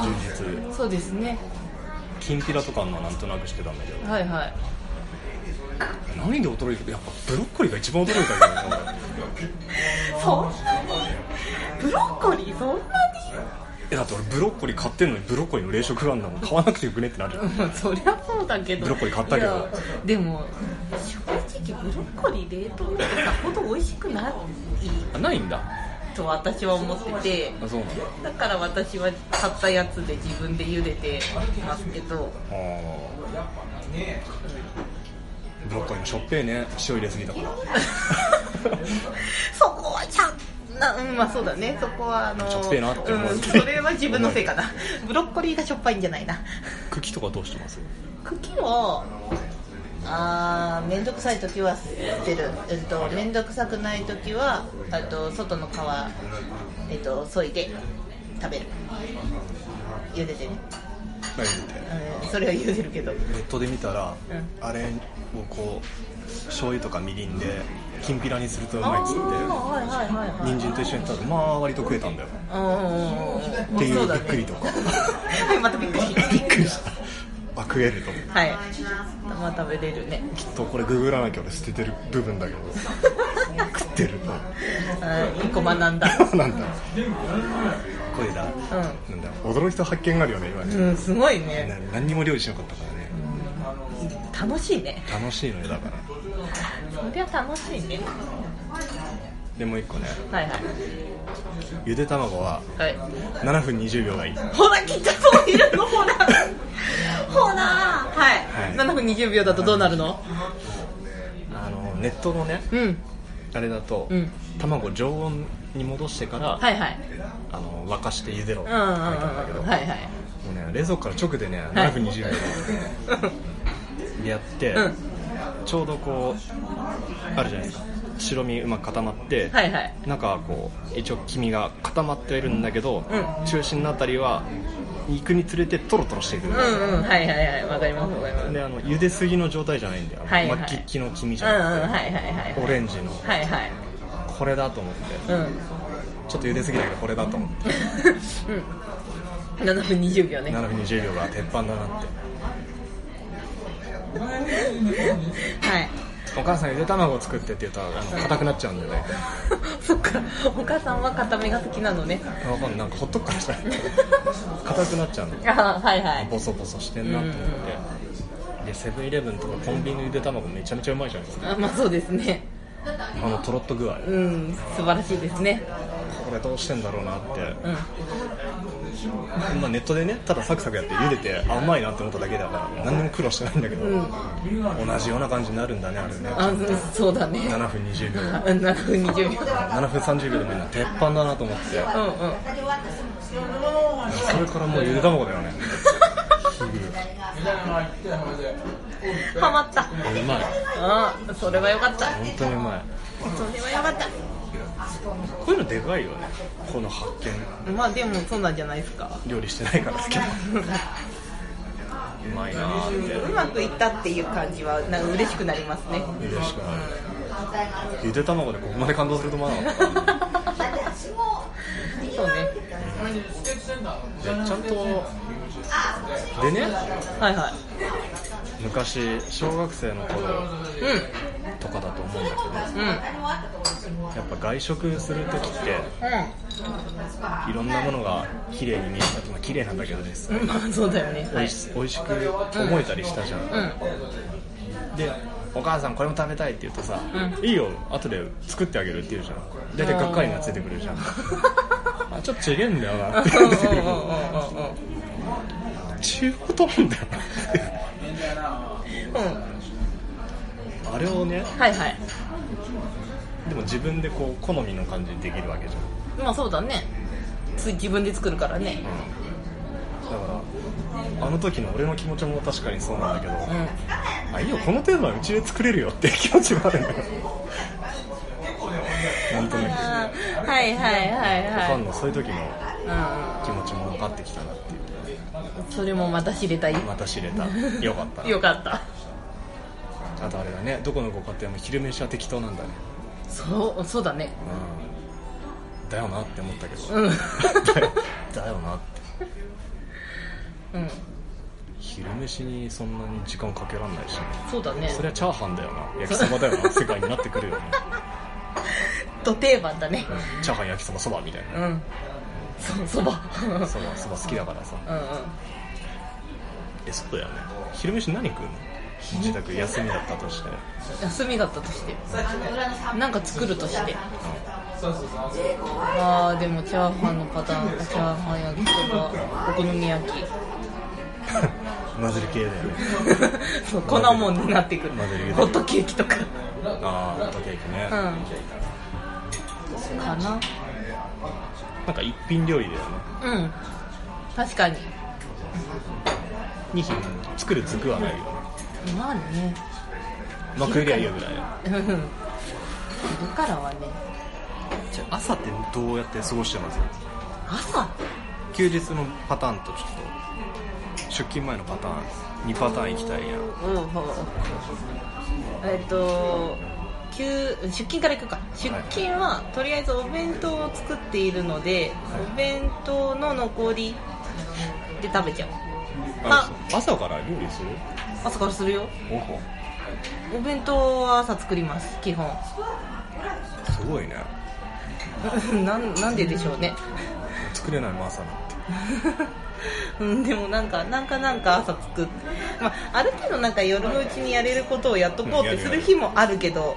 Speaker 1: 充実
Speaker 2: そうですね
Speaker 1: きんぴらとかのはなんとなくしてたんだけど
Speaker 2: はいはい
Speaker 1: 何で驚いてやっぱブロッコリーが一番驚いたけどね
Speaker 2: そんなに ブロッコリーそんなに
Speaker 1: えだって俺ブロッコリー買ってんのにブロッコリーの冷食があんだもん買わなくてよくねってなるじゃん
Speaker 2: うんそりゃそうだけど
Speaker 1: ブロッコリー買ったけど
Speaker 2: いやでも正直ブロッコリー冷凍ってさほど美味しくない
Speaker 1: あないんだ
Speaker 2: と私は思ってて
Speaker 1: あそうなんだ
Speaker 2: だから私は買ったやつで自分で茹でてますけ ど
Speaker 1: あーブロッコリーもしょっぺーね塩入れすぎたから
Speaker 2: そこはちゃんなうんまあそうだねそこはあの
Speaker 1: ちょっとええなって思う
Speaker 2: うん、それは自分のせいかなブロッコリーがしょっぱいんじゃないな
Speaker 1: 茎とかどうしてます
Speaker 2: 茎をあーめんどくさい時は捨てる、えっと、めんどくさくない時はあと外の皮、えっと、削いで食べる茹でてね、
Speaker 1: 何って
Speaker 2: うん、それは茹でるけど
Speaker 1: ネットで見たら、
Speaker 2: うん
Speaker 1: あれをこう醤油とかみりんできんぴらにするとう
Speaker 2: あ
Speaker 1: まいっつっ
Speaker 2: ー
Speaker 1: て
Speaker 2: はいはいはいはい
Speaker 1: 人参と一緒に食べたらまあ割と食えたんだよ
Speaker 2: うんうんうん
Speaker 1: っていう
Speaker 2: そう
Speaker 1: び
Speaker 2: だ
Speaker 1: っ
Speaker 2: ね
Speaker 1: くりとか
Speaker 2: はいまたびっくり
Speaker 1: びっくりしたあ食えると思う
Speaker 2: はいまあ食べれるね
Speaker 1: きっとこれググらなきゃ俺捨ててる部分だけど食ってる
Speaker 2: うん一個学んだ
Speaker 1: となんだこれだ、
Speaker 2: う
Speaker 1: なんだ驚きと発見があるよね今ね、
Speaker 2: うんすごい
Speaker 1: な
Speaker 2: ね
Speaker 1: 何にも料理しなかったからね
Speaker 2: 楽しいね
Speaker 1: 楽しいのよだから
Speaker 2: そりゃ楽しいね
Speaker 1: でもう一個ね
Speaker 2: はいはい
Speaker 1: ゆで卵は
Speaker 2: はい
Speaker 1: 7分20秒がいい
Speaker 2: ほらきっとそういるのほらほらはい、
Speaker 1: はい
Speaker 2: 7分20秒だとどうなるの
Speaker 1: あのネットのね
Speaker 2: うん
Speaker 1: あれだと、
Speaker 2: うん
Speaker 1: 卵常温に戻してから、
Speaker 2: はいはい
Speaker 1: あの沸かして茹でろって
Speaker 2: う
Speaker 1: 書
Speaker 2: ん
Speaker 1: い
Speaker 2: うん
Speaker 1: て
Speaker 2: うん
Speaker 1: あるんだけど、
Speaker 2: うんはいはい
Speaker 1: もうね冷蔵庫から直でね7分20秒でやって、
Speaker 2: うん
Speaker 1: ちょうどこうあるじゃないですか白身うまく固まって、
Speaker 2: はいはい
Speaker 1: 中はこう一応黄身が固まってはいるんだけど、
Speaker 2: う
Speaker 1: 中心のあたりは肉につれてトロトロしていくる
Speaker 2: うんうんはいはいはいわかりますわかりますうんうん
Speaker 1: であの茹ですぎの状態じゃないんだよ、
Speaker 2: はいはい
Speaker 1: 巻きっきの黄身じ
Speaker 2: はい
Speaker 1: ゃなくて、
Speaker 2: はいはい
Speaker 1: オレンジの
Speaker 2: はいはい
Speaker 1: これだと思って
Speaker 2: うん
Speaker 1: ちょっと茹ですぎだけどこれだと思って
Speaker 2: うん7分20秒ね
Speaker 1: 7分20秒が鉄板だなって
Speaker 2: はい
Speaker 1: お母さんゆで卵を作ってって言ったらあの硬くなっちゃうんでね
Speaker 2: そっかお母さんは固めが好きなのね
Speaker 1: わかんないなんかほっとくからじゃない硬くなっちゃうんで
Speaker 2: あはいはい
Speaker 1: ボソボソしてんなと思ってでセブンイレブンとかコンビニのゆで卵めちゃめちゃうまいじゃないですか
Speaker 2: あまあそうですね
Speaker 1: あのとろっと具合こ
Speaker 2: うん素晴らしいですね
Speaker 1: れどうしてんだろうなって、
Speaker 2: うん
Speaker 1: まあ、ネットでねただサクサクやって茹でてあうまいなって思っただけだから何にも苦労してないんだけど、同じような感じになるんだねあれね
Speaker 2: あうんそうだね
Speaker 1: 7分20秒
Speaker 2: あ7分20秒
Speaker 1: 7分30秒でもいいな鉄板だなと思って
Speaker 2: うんうん
Speaker 1: それからもうゆで卵だよね
Speaker 2: ハマった
Speaker 1: うまい
Speaker 2: あそれはよかった
Speaker 1: 本当にうまい
Speaker 2: それはよかった
Speaker 1: こういうのでかいよねこの発
Speaker 2: まあでもそうなんじゃないです か
Speaker 1: 見料理してないからですけどうまいなーみたいうな
Speaker 2: まくいったっていう感じはなんか嬉しくなりますね
Speaker 1: 嬉しくなるゆで卵でここまで感動すると思わなかったな
Speaker 2: そうね
Speaker 1: でちゃんとでね
Speaker 2: はいは
Speaker 1: 昔小学生の頃
Speaker 2: いうん
Speaker 1: とかだと思うんだけ
Speaker 2: う
Speaker 1: ど
Speaker 2: ん
Speaker 1: やっぱ外食する時って
Speaker 2: う
Speaker 1: いろんなものが綺麗に見えたまあ綺麗なんだけどです
Speaker 2: ん、まあそうだよね、
Speaker 1: 美
Speaker 2: はい
Speaker 1: 味、し美味しく思えたりしたじゃん、
Speaker 2: う
Speaker 1: でお母さんこれも食べたいって言うとさ、
Speaker 2: う
Speaker 1: いいよ後で作ってあげるって言うじゃん大体がっかりがついてくるじゃんあちょっとちげえんだよなって
Speaker 2: ん、 う
Speaker 1: 言
Speaker 2: ん
Speaker 1: って
Speaker 2: う
Speaker 1: く
Speaker 2: んう
Speaker 1: る
Speaker 2: んうん
Speaker 1: 中古と思うんだよ
Speaker 2: うんうん
Speaker 1: なあれをね
Speaker 2: はいはい
Speaker 1: でも自分でこう好みの感じにできるわけじゃん
Speaker 2: まあそうだねつ自分で作るからね
Speaker 1: だからあの時の俺の気持ちも確かにそうなんだけど、
Speaker 2: うん
Speaker 1: あいいよこの程度はうちで作れるよっていう気持ちもあるんだよなんとな
Speaker 2: あーはいはいはい
Speaker 1: くファン
Speaker 2: は
Speaker 1: のそういう時の
Speaker 2: い、
Speaker 1: 気持ちも分かってきたなっていう
Speaker 2: うん、それもまた知れたい
Speaker 1: また知れたよかったな
Speaker 2: よかった
Speaker 1: あとあれだねどこのご家庭も昼飯は適当なんだね
Speaker 2: そうそうだね
Speaker 1: うんだよなって思ったけど、
Speaker 2: うん
Speaker 1: だよ だよなって
Speaker 2: うん
Speaker 1: 昼飯にそんなに時間かけらんないしね
Speaker 2: そうだね
Speaker 1: それはチャーハンだよな焼きそばだよ な世界になってくるよね、
Speaker 2: ど定番だね
Speaker 1: うんチャーハン焼きそばそばみたいな
Speaker 2: うんそうそばうんうん
Speaker 1: そばそば好きだからさえそうだよね昼飯何食うの自宅休みだったとして
Speaker 2: 休みだったとしてなんか作るとしてあーでもチャーハンのパターンチャーハン焼きそばお好み焼き
Speaker 1: 混ぜる系だよね
Speaker 2: そう粉もんになってくる
Speaker 1: 混ぜる
Speaker 2: ホットケーキとか
Speaker 1: ああホットケーキね、
Speaker 2: うんかな
Speaker 1: なんか一品料理だよね
Speaker 2: うん確かに
Speaker 1: 2品作る作はないよね
Speaker 2: まあね
Speaker 1: まあ食いりゃいいよぐらい
Speaker 2: うん昼からはね
Speaker 1: じゃあ朝ってどうやって過ごしてます
Speaker 2: 朝
Speaker 1: 休日のパターンとちょっと出勤前のパターン2パターン行きたいやん
Speaker 2: うんうんえっと休出勤から行くか出勤はとりあえずお弁当を作っているので、お弁当の残りで食べちゃうあ
Speaker 1: 朝から料理する
Speaker 2: 朝からするよ
Speaker 1: おほ
Speaker 2: お弁当は朝作ります基本
Speaker 1: すごいね
Speaker 2: なんなんででしょうね
Speaker 1: 作れないもん朝なんて
Speaker 2: うん、でもなんか、なんかなんか朝作っ、まあ、ある程度なんか夜のうちにやれることをやっとこうってする日もあるけど、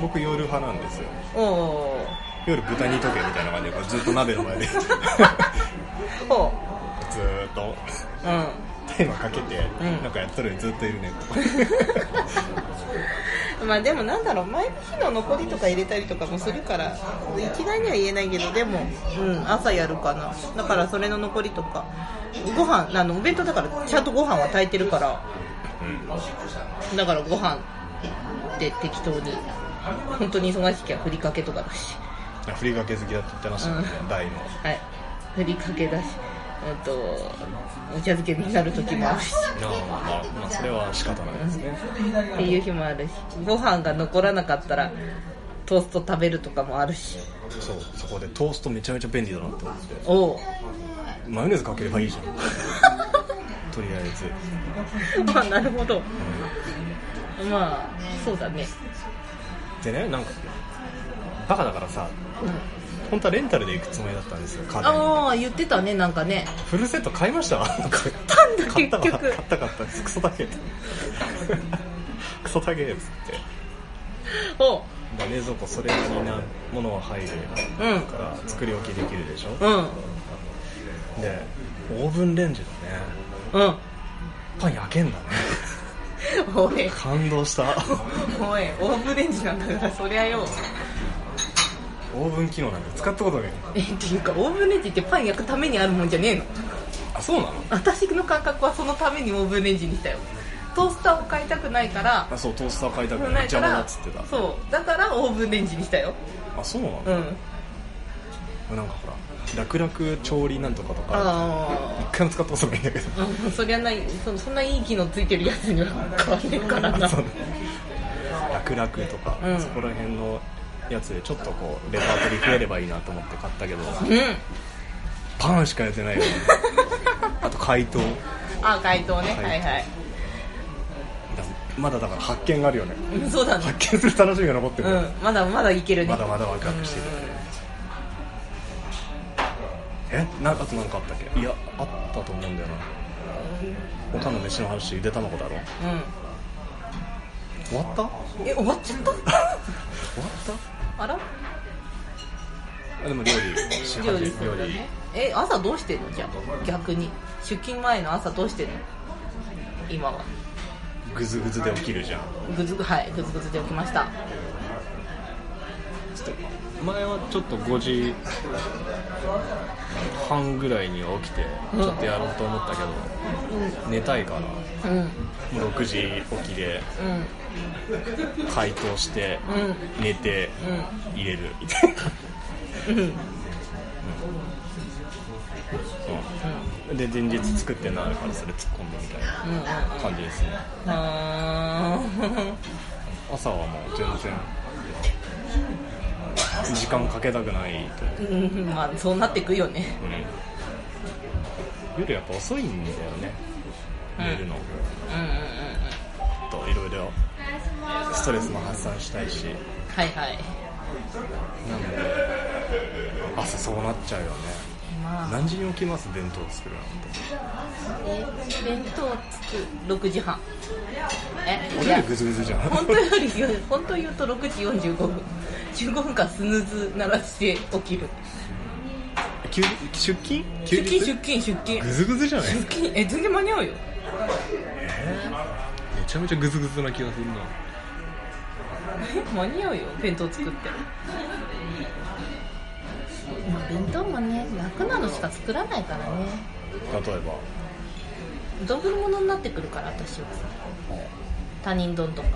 Speaker 1: 僕夜派なんですよ
Speaker 2: おおー、
Speaker 1: 夜豚煮とけみたいな感じでずっと鍋の前で ずー
Speaker 2: ほ
Speaker 1: っと
Speaker 2: う、うん。
Speaker 1: テーマかけて、
Speaker 2: うん
Speaker 1: なんかやっとるのにずっといるね
Speaker 2: まあでもなんだろう前の日の残りとか入れたりとかもするから一概には言えないけどでも、うん、朝やるかなだからそれの残りとかご飯あのお弁当だからちゃんとご飯は炊いてるからだからご飯で適当に本当に忙しきゃふりかけとかだし
Speaker 1: とふりかけ好きだって言ってましたもんね、
Speaker 2: う
Speaker 1: 大の
Speaker 2: はいふりかけだしうんとお茶漬けになる時もあるし
Speaker 1: まあまあ、まあ、それは仕方ないですね
Speaker 2: っていう日もあるしご飯が残らなかったらトースト食べるとかもあるし
Speaker 1: そうそこでトーストめちゃめちゃ便利だなって思って
Speaker 2: おう
Speaker 1: マヨネーズかければいいじゃん とりあえず
Speaker 2: まあなるほどまあそうだね
Speaker 1: でねなんかバカだからさ本当はレンタルで行くつもりだったんですよ家電
Speaker 2: ああ言ってたねなんかね
Speaker 1: フルセット買いました買った
Speaker 2: んだ
Speaker 1: 買ったわ
Speaker 2: 結局
Speaker 1: 買った買ったクソだけクソだけっつって
Speaker 2: おう
Speaker 1: まあ冷蔵庫それなりなものは入る
Speaker 2: うん
Speaker 1: から作り置きできるでしょ
Speaker 2: うん
Speaker 1: でオーブンレンジだね
Speaker 2: うん
Speaker 1: パン焼けんだね
Speaker 2: おい
Speaker 1: 感動した
Speaker 2: おいオーブンレンジなんだからそりゃよ
Speaker 1: オーブン機能なんて使ったことない
Speaker 2: えっていうかオーブンレンジってパン焼くためにあるもんじゃねえの
Speaker 1: あそうなの
Speaker 2: 私の感覚はそのためにオーブンレンジにしたよトースターを買いたくないから
Speaker 1: あそうトースター買いたく
Speaker 2: も
Speaker 1: な
Speaker 2: う
Speaker 1: い
Speaker 2: ないか
Speaker 1: 邪魔だ
Speaker 2: ら
Speaker 1: っつってた
Speaker 2: そうだからオーブンレンジにしたよ
Speaker 1: あそうなの、
Speaker 2: うん
Speaker 1: なんかほら楽々調理なんとかとか
Speaker 2: あ
Speaker 1: 一回も使ったことないんだけ ど
Speaker 2: あうんそりゃないそそんないい機能ついてるやつには変わんねえからな
Speaker 1: そう楽々とか、
Speaker 2: うん
Speaker 1: そこら辺のやつでちょっとこうレパートリー増えればいいなと思って買ったけど
Speaker 2: うん
Speaker 1: パンしかやってないよ ねあと解凍
Speaker 2: あ街灯ねはいはい
Speaker 1: まだだから発見があるよね
Speaker 2: うんそうだね
Speaker 1: 発見する楽しみが残って
Speaker 2: う
Speaker 1: る、
Speaker 2: んまだまだいけるね
Speaker 1: まだまだワクワクしてるえなあと何かあったっけいやあったと思うんだよなおかんの飯の話ゆで卵だろ
Speaker 2: うん、うん
Speaker 1: 終わった終わ
Speaker 2: え終わっ ちゃった
Speaker 1: っ
Speaker 2: あら
Speaker 1: たあでも料理し始め
Speaker 2: 料理そうだ
Speaker 1: 料理
Speaker 2: ねえ朝どうしてんのじゃあ逆に出勤前の朝どうしてんの今は
Speaker 1: グズグズで起きるじゃん
Speaker 2: ぐずぐはいぐずぐずで起きました
Speaker 1: 前はちょっと5時半ぐらいには起きて
Speaker 2: うん
Speaker 1: ちょっとやろうと思ったけど、寝たいからも
Speaker 2: うんうん
Speaker 1: う6時起きで解凍して、寝て、入れるみたいな、
Speaker 2: うんうん
Speaker 1: うんで前日作ってないからそれ突っ込んでみたいな
Speaker 2: うん
Speaker 1: 感じですね
Speaker 2: あ
Speaker 1: 朝はもう全然時間かけたくないと思う、
Speaker 2: ーうん まあそうなってくよね
Speaker 1: うん、夜やっぱ遅いんだよね寝るの、
Speaker 2: うんうんうんうん
Speaker 1: ちょっといろいろストレスも発散したいし
Speaker 2: はいはい
Speaker 1: なので朝そうなっちゃうよね
Speaker 2: まあ
Speaker 1: 何時に起きます弁当作るなん
Speaker 2: え弁当つく6時半え
Speaker 1: て
Speaker 2: い
Speaker 1: 俺よ
Speaker 2: や
Speaker 1: りグズグズじゃん
Speaker 2: 本当より言う本当言うと6時45分15分間スヌーズ鳴らして起きる
Speaker 1: 休出勤
Speaker 2: 出勤出
Speaker 1: 勤
Speaker 2: 勤出勤
Speaker 1: グズグズじゃない
Speaker 2: 出勤え全然間に合うよ
Speaker 1: めちゃめちゃグズグズな気がするな
Speaker 2: え間に合うよ弁当作ってまあ弁当もね楽なのしか作らないからね
Speaker 1: 例えば
Speaker 2: 丼物になってくるから私は他人丼とか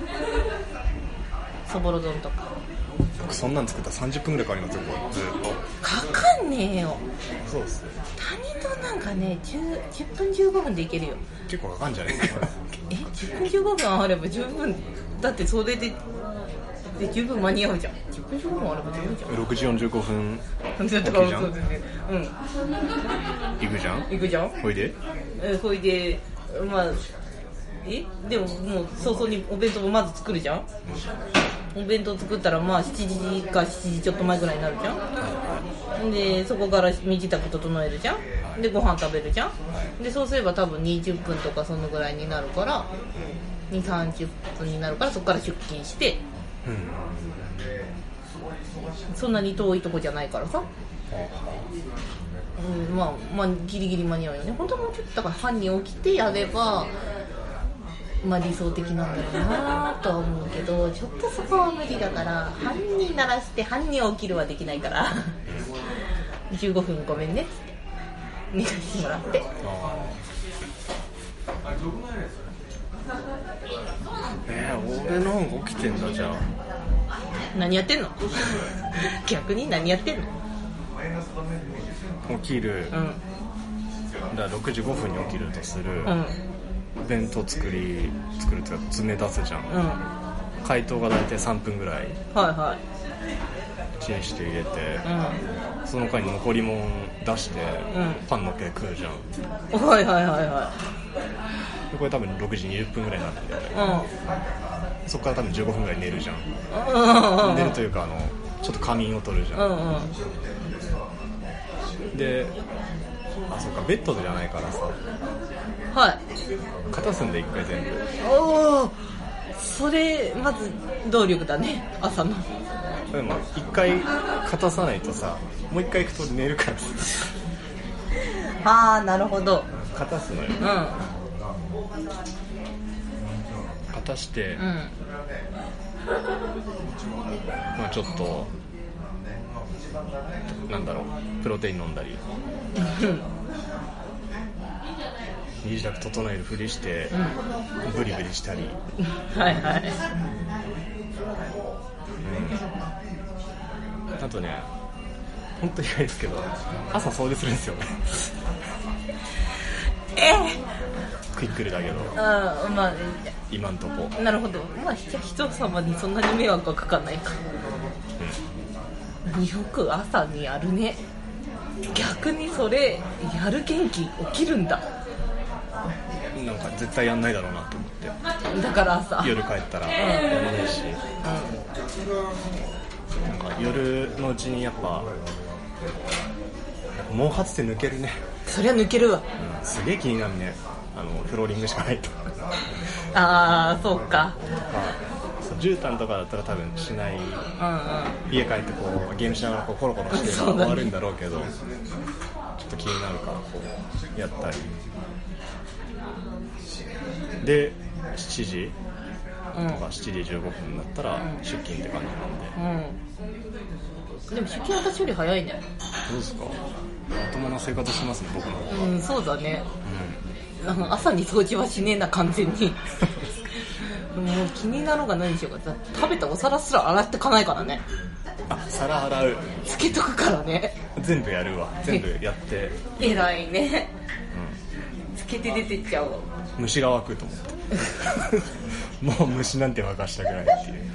Speaker 2: そぼろ丼とか
Speaker 1: 僕そんなん作ったら30分ぐらいかかりますよこれずーっ
Speaker 2: かかんねえよ
Speaker 1: とそうっす
Speaker 2: 他人丼なんかね 10, 10分15分でいけるよ
Speaker 1: 結構かかん じゃねえか
Speaker 2: え10分15分あれば十分だってそれでで十分間に合うじゃん10分15分あれば十分じゃん
Speaker 1: 6時45分
Speaker 2: だ
Speaker 1: じ
Speaker 2: か
Speaker 1: ゃん
Speaker 2: ら そうですねうん
Speaker 1: 行くじゃん
Speaker 2: 行くじゃん
Speaker 1: ほいで
Speaker 2: えそれでまあえでももう早々にお弁当もまず作るじゃんお弁当作ったらまあ7時か7時ちょっと前ぐらいになるじゃんでそこから身支度整えるじゃんでご飯食べるじゃんでそうすれば多分20分とかそのぐらいになるから230分になるからそこから出勤して
Speaker 1: うん
Speaker 2: そんなに遠いとこじゃないからさうんまあまあギリギリ間に合うよね本当はもうちょっとだから班に起きてやればまあ理想的なんだろうなとは思うけどちょっとそこは無理だから班に鳴らして班に起きるはできないから15分ごめんねっつって寝かしてもらって
Speaker 1: あーえー、俺の方が起きてんだじゃあ
Speaker 2: 何やってんの逆に何やってんの
Speaker 1: 起きる、
Speaker 2: う
Speaker 1: だか
Speaker 2: ん
Speaker 1: ら6時5分に起きるとする、
Speaker 2: うん
Speaker 1: 弁当作り作るっていうか詰め出すじゃん、
Speaker 2: うん
Speaker 1: 解凍が大体3分ぐらい
Speaker 2: はいはい
Speaker 1: チンして入れて、
Speaker 2: う
Speaker 1: その間に残りもん出して、
Speaker 2: ん
Speaker 1: パンのっけて食うじゃん
Speaker 2: んはいはいはいは
Speaker 1: でこれ多分6時20分ぐらいになって
Speaker 2: いうん
Speaker 1: そこから多分15分ぐらい寝るじゃん、
Speaker 2: うん
Speaker 1: 寝るというかあのちょっと仮眠を取るじゃん、
Speaker 2: うんうん
Speaker 1: であそっかベッドじゃないからさ
Speaker 2: はい
Speaker 1: 片すんで一回全部
Speaker 2: おおそれまず動力だね朝の
Speaker 1: でも一回片さないとさもう一回行くと寝るからさ
Speaker 2: ああなるほど
Speaker 1: 片すのよ
Speaker 2: うん
Speaker 1: 片して、
Speaker 2: うん
Speaker 1: まあ、ちょっとなんだろうプロテイン飲んだり身支度整えるふりして、ブリブリしたり、
Speaker 2: はいはい
Speaker 1: あとね本当に意外ですけど朝掃除するんですよね
Speaker 2: え
Speaker 1: クイックルだけど
Speaker 2: あーまあ
Speaker 1: 今んとこ
Speaker 2: なるほどまあひ人様にそんなに迷惑はかかんないかよく朝にやるね逆にそれやる元気起きるんだ
Speaker 1: なんか絶対やんないだろうなと思って
Speaker 2: だから朝
Speaker 1: 夜帰ったらやらないし、なんか夜のうちにやっぱ毛髪って抜けるね、
Speaker 2: そりゃ抜ける
Speaker 1: う
Speaker 2: わ
Speaker 1: んすげえ気になるねあのフローリングしかないと
Speaker 2: ああそうか
Speaker 1: そう絨毯とかだったら多分しない
Speaker 2: うん
Speaker 1: 家帰ってこうゲームしながらこうコロコロして
Speaker 2: そうだね
Speaker 1: 終わるんだろうけどちょっと気になるからこうやったりで7時とか7時15分になったら出勤って感じなんで
Speaker 2: うんうんでも出勤私より早いね
Speaker 1: どうですかまともな生活してますね僕の方が
Speaker 2: うんそうだね、うん朝に掃除はしねえな完全 にもう気になろうが何しようが食べたお皿すら洗ってかないからね
Speaker 1: あ皿洗う
Speaker 2: つけとくからね
Speaker 1: 全部やるわ全部やって
Speaker 2: 偉いね、つけて出てっちゃうわ
Speaker 1: 虫が湧くと思っても う虫なんて沸かしたくないっていう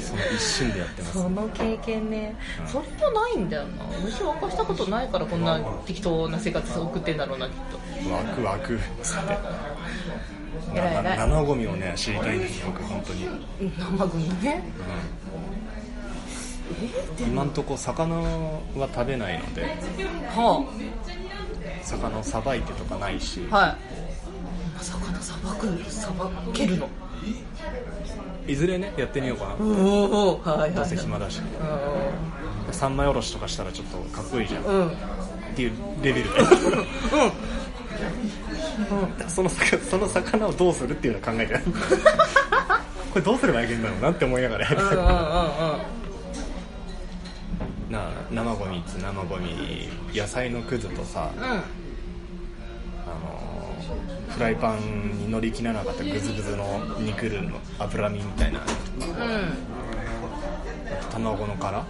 Speaker 1: その一心でやってます
Speaker 2: その経験ねそれもないんだよな虫沸かしたことないからこんな適当な生活送ってんだろうなきっと
Speaker 1: 湧く湧くっつって
Speaker 2: 偉い偉い
Speaker 1: 生ゴミをね知りたいんですよ僕本当に
Speaker 2: 生ゴミね
Speaker 1: 今んとこ魚は食べないので
Speaker 2: は
Speaker 1: 魚をさばいてとかないし
Speaker 2: あはいまさかの砂漠砂漠蹴るの
Speaker 1: いずれねやってみようかな
Speaker 2: おおはいはい
Speaker 1: どう
Speaker 2: はい
Speaker 1: せ暇だし
Speaker 2: う
Speaker 1: 三枚おろしとかしたらちょっとかっこいいじゃんっ
Speaker 2: んうん
Speaker 1: ていうレベルでその魚その魚をどうするっていうのを考え てないこれどうすればいけんだろうなって思いながらや
Speaker 2: うんうんうん
Speaker 1: るなあ生ゴミっつ生ゴミ野菜のくずとさ
Speaker 2: うんうん
Speaker 1: あのーフライパンに乗り切らなかったグズグズの肉類の脂身みたいな
Speaker 2: うん
Speaker 1: 卵の殻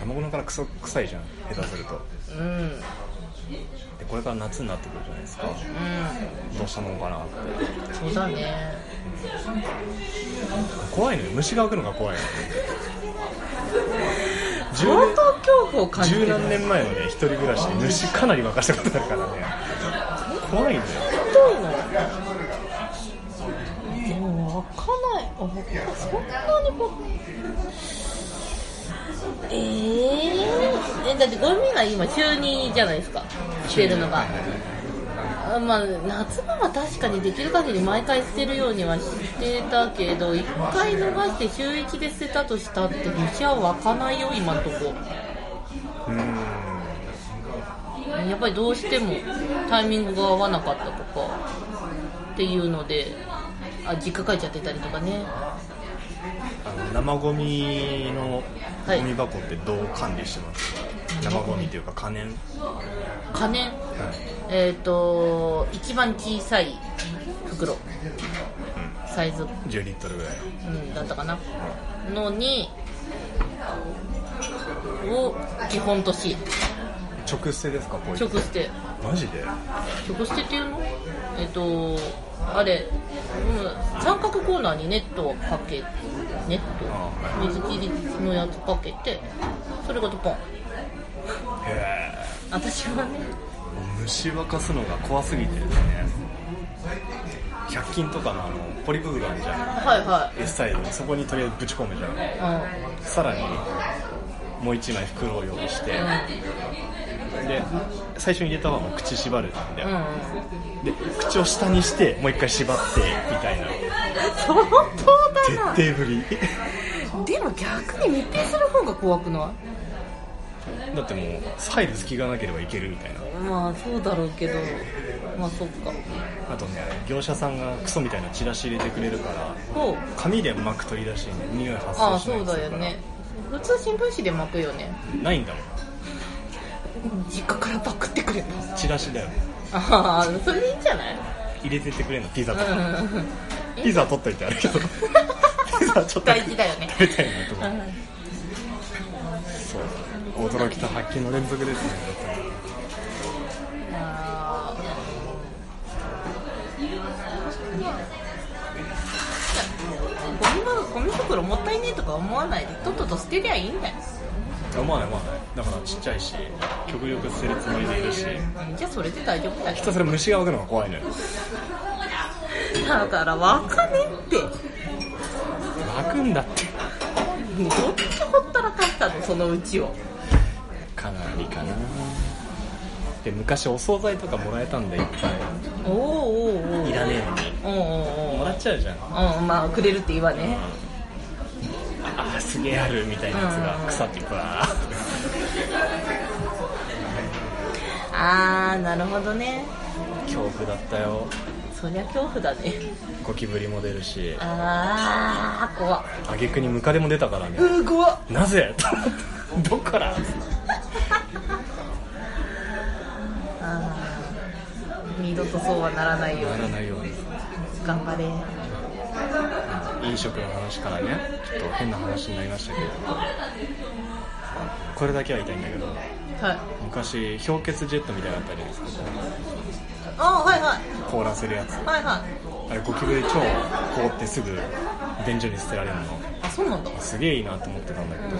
Speaker 1: 卵の殻クソ臭いじゃん下手すると
Speaker 2: うんうん
Speaker 1: でこれから夏になってくるじゃないですかどうしたもんかなって
Speaker 2: そうだね
Speaker 1: 怖いのよ虫が湧くのが怖いのよ十
Speaker 2: 相
Speaker 1: 年
Speaker 2: 当恐怖を感じ
Speaker 1: 十
Speaker 2: る
Speaker 1: 何年前のね一人暮らしで虫かなり沸かしたことあるからね怖いのよ
Speaker 2: でもわかんないあそんなにこうえー、えだってゴミが今週2じゃないですか捨てるのがあまあ夏場は確かにできる限り毎回捨てるようにはしてたけど1回逃して週1で捨てたとしたって虫は湧かないよ今んとこ
Speaker 1: うーん
Speaker 2: やっぱりどうしてもタイミングが合わなかったとかっていうのであ実家帰っちゃってたりとかね
Speaker 1: あの生ゴミの
Speaker 2: はい
Speaker 1: ゴミ箱ってどう管理してます生ゴミというか可燃、
Speaker 2: 金えっ、と一番小さい袋サイズ、
Speaker 1: 10リットルぐらい
Speaker 2: うん、だったかなのにを基本とし
Speaker 1: 直捨てですかこういう
Speaker 2: 直捨て
Speaker 1: マジで
Speaker 2: 直捨てっていうのえっ、とあれ、うん、三角コーナーにネットをかけネット
Speaker 1: あ
Speaker 2: 水切りのやつかけてそれごとポン
Speaker 1: へ
Speaker 2: 私はね
Speaker 1: え虫沸かすのが怖すぎてね100均とかのあのポリ袋あるじゃん
Speaker 2: はいは
Speaker 1: S サイズのそこにとりあえずぶち込むじゃん
Speaker 2: いうん
Speaker 1: さらにもう一枚袋を用意してで最初に入れた方は口縛るんだ
Speaker 2: う
Speaker 1: よ
Speaker 2: んうん
Speaker 1: で口を下にしてもう一回縛ってみたいな
Speaker 2: 相当だな
Speaker 1: 徹底ぶり
Speaker 2: でも逆に密閉する方が怖くな
Speaker 1: だってもう入る隙がなければいけるみたいない
Speaker 2: まあそうだろうけどまあそっか
Speaker 1: あとね業者さんがクソみたいなチラシ入れてくれるから
Speaker 2: そう
Speaker 1: 紙で巻くといいらしいね匂い発
Speaker 2: あ
Speaker 1: 生
Speaker 2: あ
Speaker 1: しな
Speaker 2: そ
Speaker 1: いう
Speaker 2: だよね普通新聞紙で巻くよね
Speaker 1: ないんだもん
Speaker 2: 実家からパクってくれた
Speaker 1: チラシだよ
Speaker 2: ああそれでいいんじゃない
Speaker 1: 入れてってくれんのピザとか、
Speaker 2: うん
Speaker 1: ピザ取っといてあるけ どピザちょっと
Speaker 2: 大事だよね
Speaker 1: 食べたいなと思ってそう驚きと発見の連続ですね
Speaker 2: あーゴミ箱ゴミ袋もったいねえとか思わないでとっとと捨てりゃいいんだよ
Speaker 1: 思わない思わないだからちっちゃいし極力捨てるつもりでいるし
Speaker 2: じゃあそれで大丈夫だよ
Speaker 1: ひたすら虫が湧くのが怖いのよ
Speaker 2: だからわかねってどっ
Speaker 1: 湧くんだって
Speaker 2: ちほったらかしたのそのうちを
Speaker 1: かなりかなで昔お惣菜とかもらえたんでいっぱ
Speaker 2: おーおーお
Speaker 1: い
Speaker 2: ー
Speaker 1: いらねえのに
Speaker 2: おーおー
Speaker 1: もらっちゃうじゃん
Speaker 2: おーうんまあくれるって言わね
Speaker 1: ああすげえあるみたいなやつが腐ってバーッ
Speaker 2: ああなるほどね
Speaker 1: 恐怖だったよ
Speaker 2: そりゃ恐怖だね
Speaker 1: ゴキブリも出るし
Speaker 2: ああ怖っ
Speaker 1: 挙句にムカデも出たからね
Speaker 2: うー怖っ
Speaker 1: なぜ と思ってどっから
Speaker 2: あー二度とそうはならないよう
Speaker 1: なら
Speaker 2: に
Speaker 1: ないように
Speaker 2: 頑張れ
Speaker 1: 飲食の話からねちょっと変な話になりましたけどこれだけは言いたいんだけど
Speaker 2: はい
Speaker 1: 昔氷結ジェットみたいなのあったじゃないですか
Speaker 2: あーはいはい
Speaker 1: 凍らせるやつ
Speaker 2: はいはい
Speaker 1: あれゴキブリ超凍ってすぐ便所に捨てられるの
Speaker 2: あそうなんだ
Speaker 1: すげえいいなと思ってたんだけど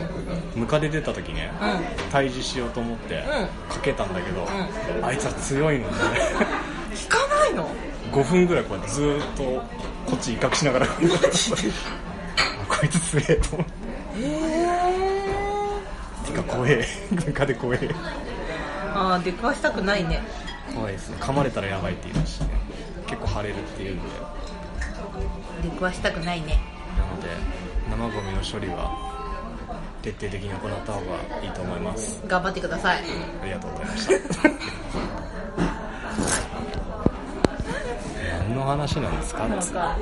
Speaker 1: ムカデ出た時ね退治しようと思ってかけたんだけどあいつは強いので
Speaker 2: 聞かないの
Speaker 1: 5分ぐらいこうやってずーっとこっち威嚇しながらあこいつ強えと思って
Speaker 2: へえ
Speaker 1: てか怖えムカデ怖え
Speaker 2: ああ出くわしたくないね
Speaker 1: 怖いですね噛まれたらやばいって言いましたね結構腫れるっていうんで
Speaker 2: 出くわしたくないね
Speaker 1: なので生ゴミの処理は徹底的に行った方がいいと思います
Speaker 2: 頑張ってください
Speaker 1: ありがとうございま した。何の話なんですか
Speaker 2: なんか